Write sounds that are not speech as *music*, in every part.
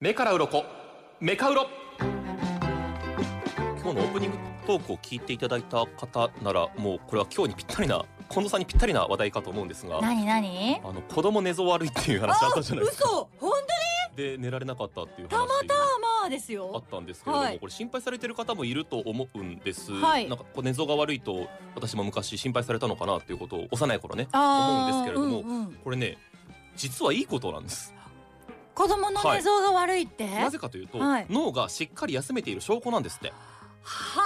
目から鱗メカウロ今日のオープニングトークを聞いていただいた方ならもうこれは今日にぴったりな近藤さんにぴったりな話題かと思うんですがなになにあの子供寝相悪いっていう話あったじゃないですか嘘本で寝られなかったっていう当た話またまですあっよたんですけれども、はいこれ心配されてる方もいると思うんです、はいなんかこう寝相が悪いと私も昔心配されたのかなっていうことを幼い頃ねあー思うんですけれどもうんうんこれね実はいいことなんです子供の寝相が悪いって、なぜかというと、はい脳がしっかり休めている証拠なんですっては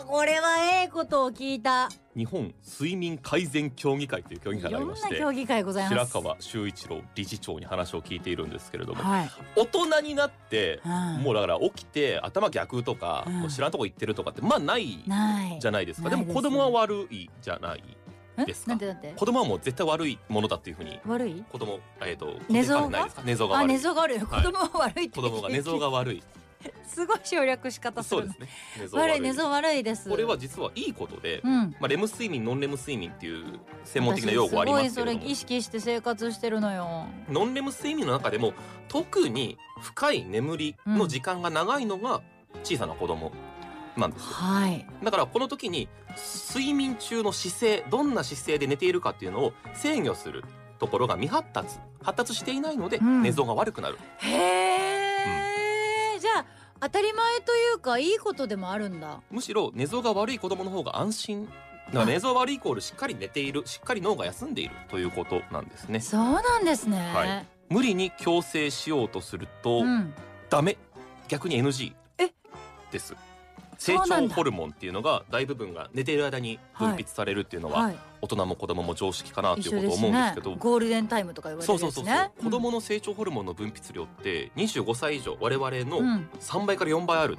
あこれはええことを聞いた日本睡眠改善協議会という協議い会があろりんまなして競技会ございま白す川修一郎理事長に話を聞いているんですけれども、はい、大人になってうんもうだから起きて頭逆とか、うんもう知らんとこ行ってるとかってまあないないじゃないですかでなもいですね子供は悪いじゃないえですかなんてなんて子供はもう絶対悪いものだっていうふうに悪い子供えっ、と寝相が固定観念ないですか寝相があ悪寝い相が悪い、はい子供は悪いって子供が寝相が *laughs* 悪いすごい省略し方すそうるでなすね寝相が悪い寝相悪いですこれは実はいいことで、うんまあ、レム睡眠ノンレム睡眠っていう専門的な用語はありますけれ私どごいそもれ意識して生活してるのよノンレム睡眠の中でも特に深い眠りの時間が長いのが小さな子供なんですよ、はいだからこの時に睡眠中の姿勢どんな姿勢で寝ているかっていうのを制御するところが未発達発達していないのでうん寝相が悪くなる、へえ、じゃあ当たり前というかいいことでもあるんだむしろ寝相が悪い子供の方が安心だから寝相悪いイコールしっかり寝ているしっかり脳が休んでいるということなんですねそうなんですね、は無理に強制しようとするとうん、ダメ逆に NG えですそ成うなんだ長ホルモンっていうのが大部分が寝ている間に分泌されるっていうのははい大人も子供も常識かなとい一うこと緒でをす思うんでねすけど、ゴールデンタイムとか言われそるうんそでうそすうねそう子供の成長ホルモンの分泌量って25歳以上我々うんうのん3倍から4倍ある、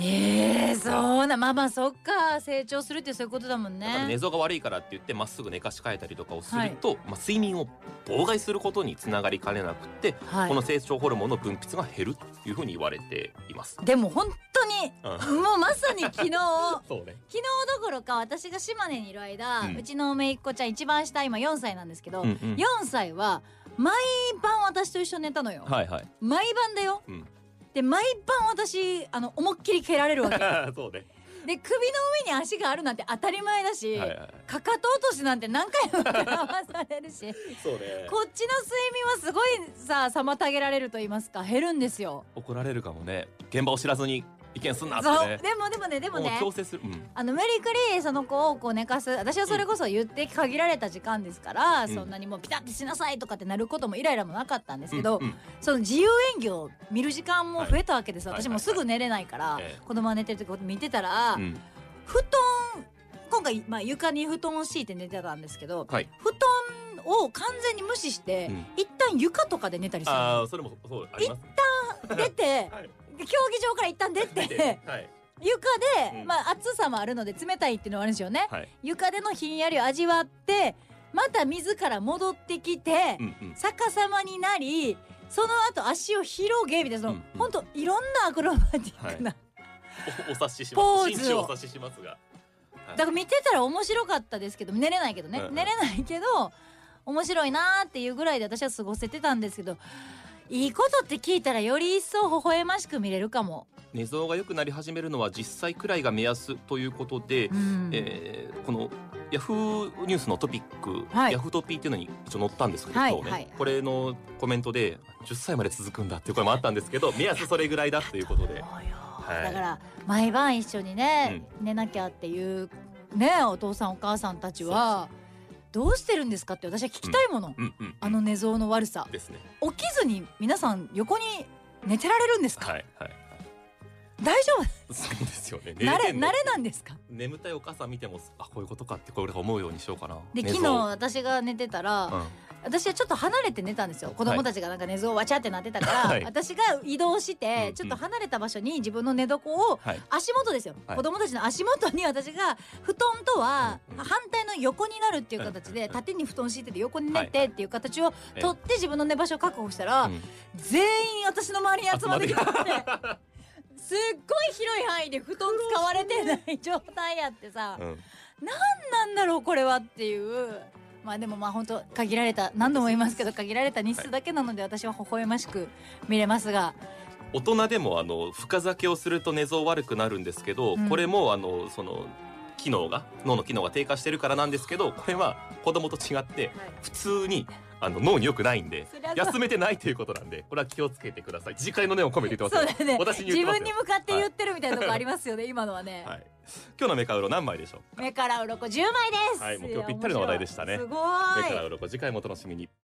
ええそうなまあまあそっか成長するってそういうことだもんだから寝ね相が悪いからって言ってまっすぐ寝かし変えたりとかをすると、まあ、睡眠を妨害することにつながりかねなくって、はこの成長ホルモンの分泌が減るというふうに言われています。いでも本当に *laughs* うんもうまさに *laughs* 昨日昨そうね、日どころか私が島根にいる間、ううんちの姪っ子ちゃん一番下今4歳なんですけど、うんうん、 4歳は毎晩私と一緒に寝たのよ、はい *laughs* はい毎晩だよ、うんで毎晩私あの思いっきり蹴られる *laughs* わけそうね、で首の上に足があるなんて当たり前だし、はいはい、かかと落としなんて何回も *laughs* 食らわされるしそうねこっちの睡眠はすごいさ妨げられると言いますか減るんですよ。怒られるかもね現場を知らずに意見すんなってそうねでもでもねでもね強制する、うん、あの無理くりその子をこう寝かす私はそれこそ言って限られた時間ですから、うんそんなにもうピタッてしなさいとかってなることもイライラもなかったんですけど、うんうんその自由演技を見る時間も増えたわけです、はい私もすぐ寝れないから、ええ子供が寝てる時こうやって見てたら、うん布団今回、まあ、床に布団を敷いて寝てたんですけどはい、布団を完全に無視して、うん一旦床とかで寝たりするあのあそれもそうあります出てはい競技場から一旦出てはい床で、うんまあ、暑さもあるので冷たいっていうのはあるんですよね。はい床でのひんやりを味わってまた自ら戻ってきて、うんうん逆さまになりその後足を広げみたいなその、うんうんほんといろんなアクロバティックな、おお察ししポまーす紳士ズををお察ししますがだから見てたら面白かったですけど寝れないけどね、うんうん寝れないけど面白いなーっていうぐらいで私は過ごせてたんですけどいいことって聞いたらより一層微笑ましく見れるかも。寝相が良くなり始めるのは10歳くらいが目安ということで、うんえーこのヤフーニュースのトピック、はいヤフートピーっていうのに一応載ったんですけど、はい今日ねはいこれのコメントで10歳まで続くんだっていう声もあったんですけど目安それぐらいだということでそうよはいだから毎晩一緒にね、寝なきゃっていうねお父さんお母さんたちはどうしてるんですかって私は聞きたいもの、うんうんあの寝相の悪さですね起きずに皆さん横に寝てられるんですか、はいはい大丈そうですよね夫慣れ0.5慣れなんですか眠たいお母さん見てもあこういうことかってこれ思うようにしようかなで寝昨相日私が寝てたら、うん私はちょっと離れて寝たんですよ子供たちがなんか寝相わちゃってなってたから、 *laughs* はい私が移動して、うんうんちょっと離れた場所に自分の寝床をはい足元ですよ、はい子供たちの足元に私が布団とはうんうん反対の横になるっていう形うんうんでうん縦に布団敷いてて横に寝てっていう形をええ取って自分の寝場所を確保したらうん全員私の周りに集まってきてすっごい広い範囲で布団使われてない状態やってさうんなんだろうこれはっていうまあでもまあ本当限られた何度も言いますけど限られた日数だけなので私は微笑ましく見れますが、大人でもあの深酒をすると寝相悪くなるんですけど、うんこれもあのその機能が脳の機能が低下してるからなんですけどこれは子供と違って普通にあの脳に良くないんでそりゃそう休めてないということなんでこれは気をつけてください次回の念を込めて言そっうてますよだね私に言自ってますよ分に向かって言ってるみたいなとこありますよね、今のはね、はい、今日のメカウロ何枚でしょう目から鱗10枚ですはいもう今日ぴったりの話題でしたねいや面白いすご目いから鱗次回もお楽しみに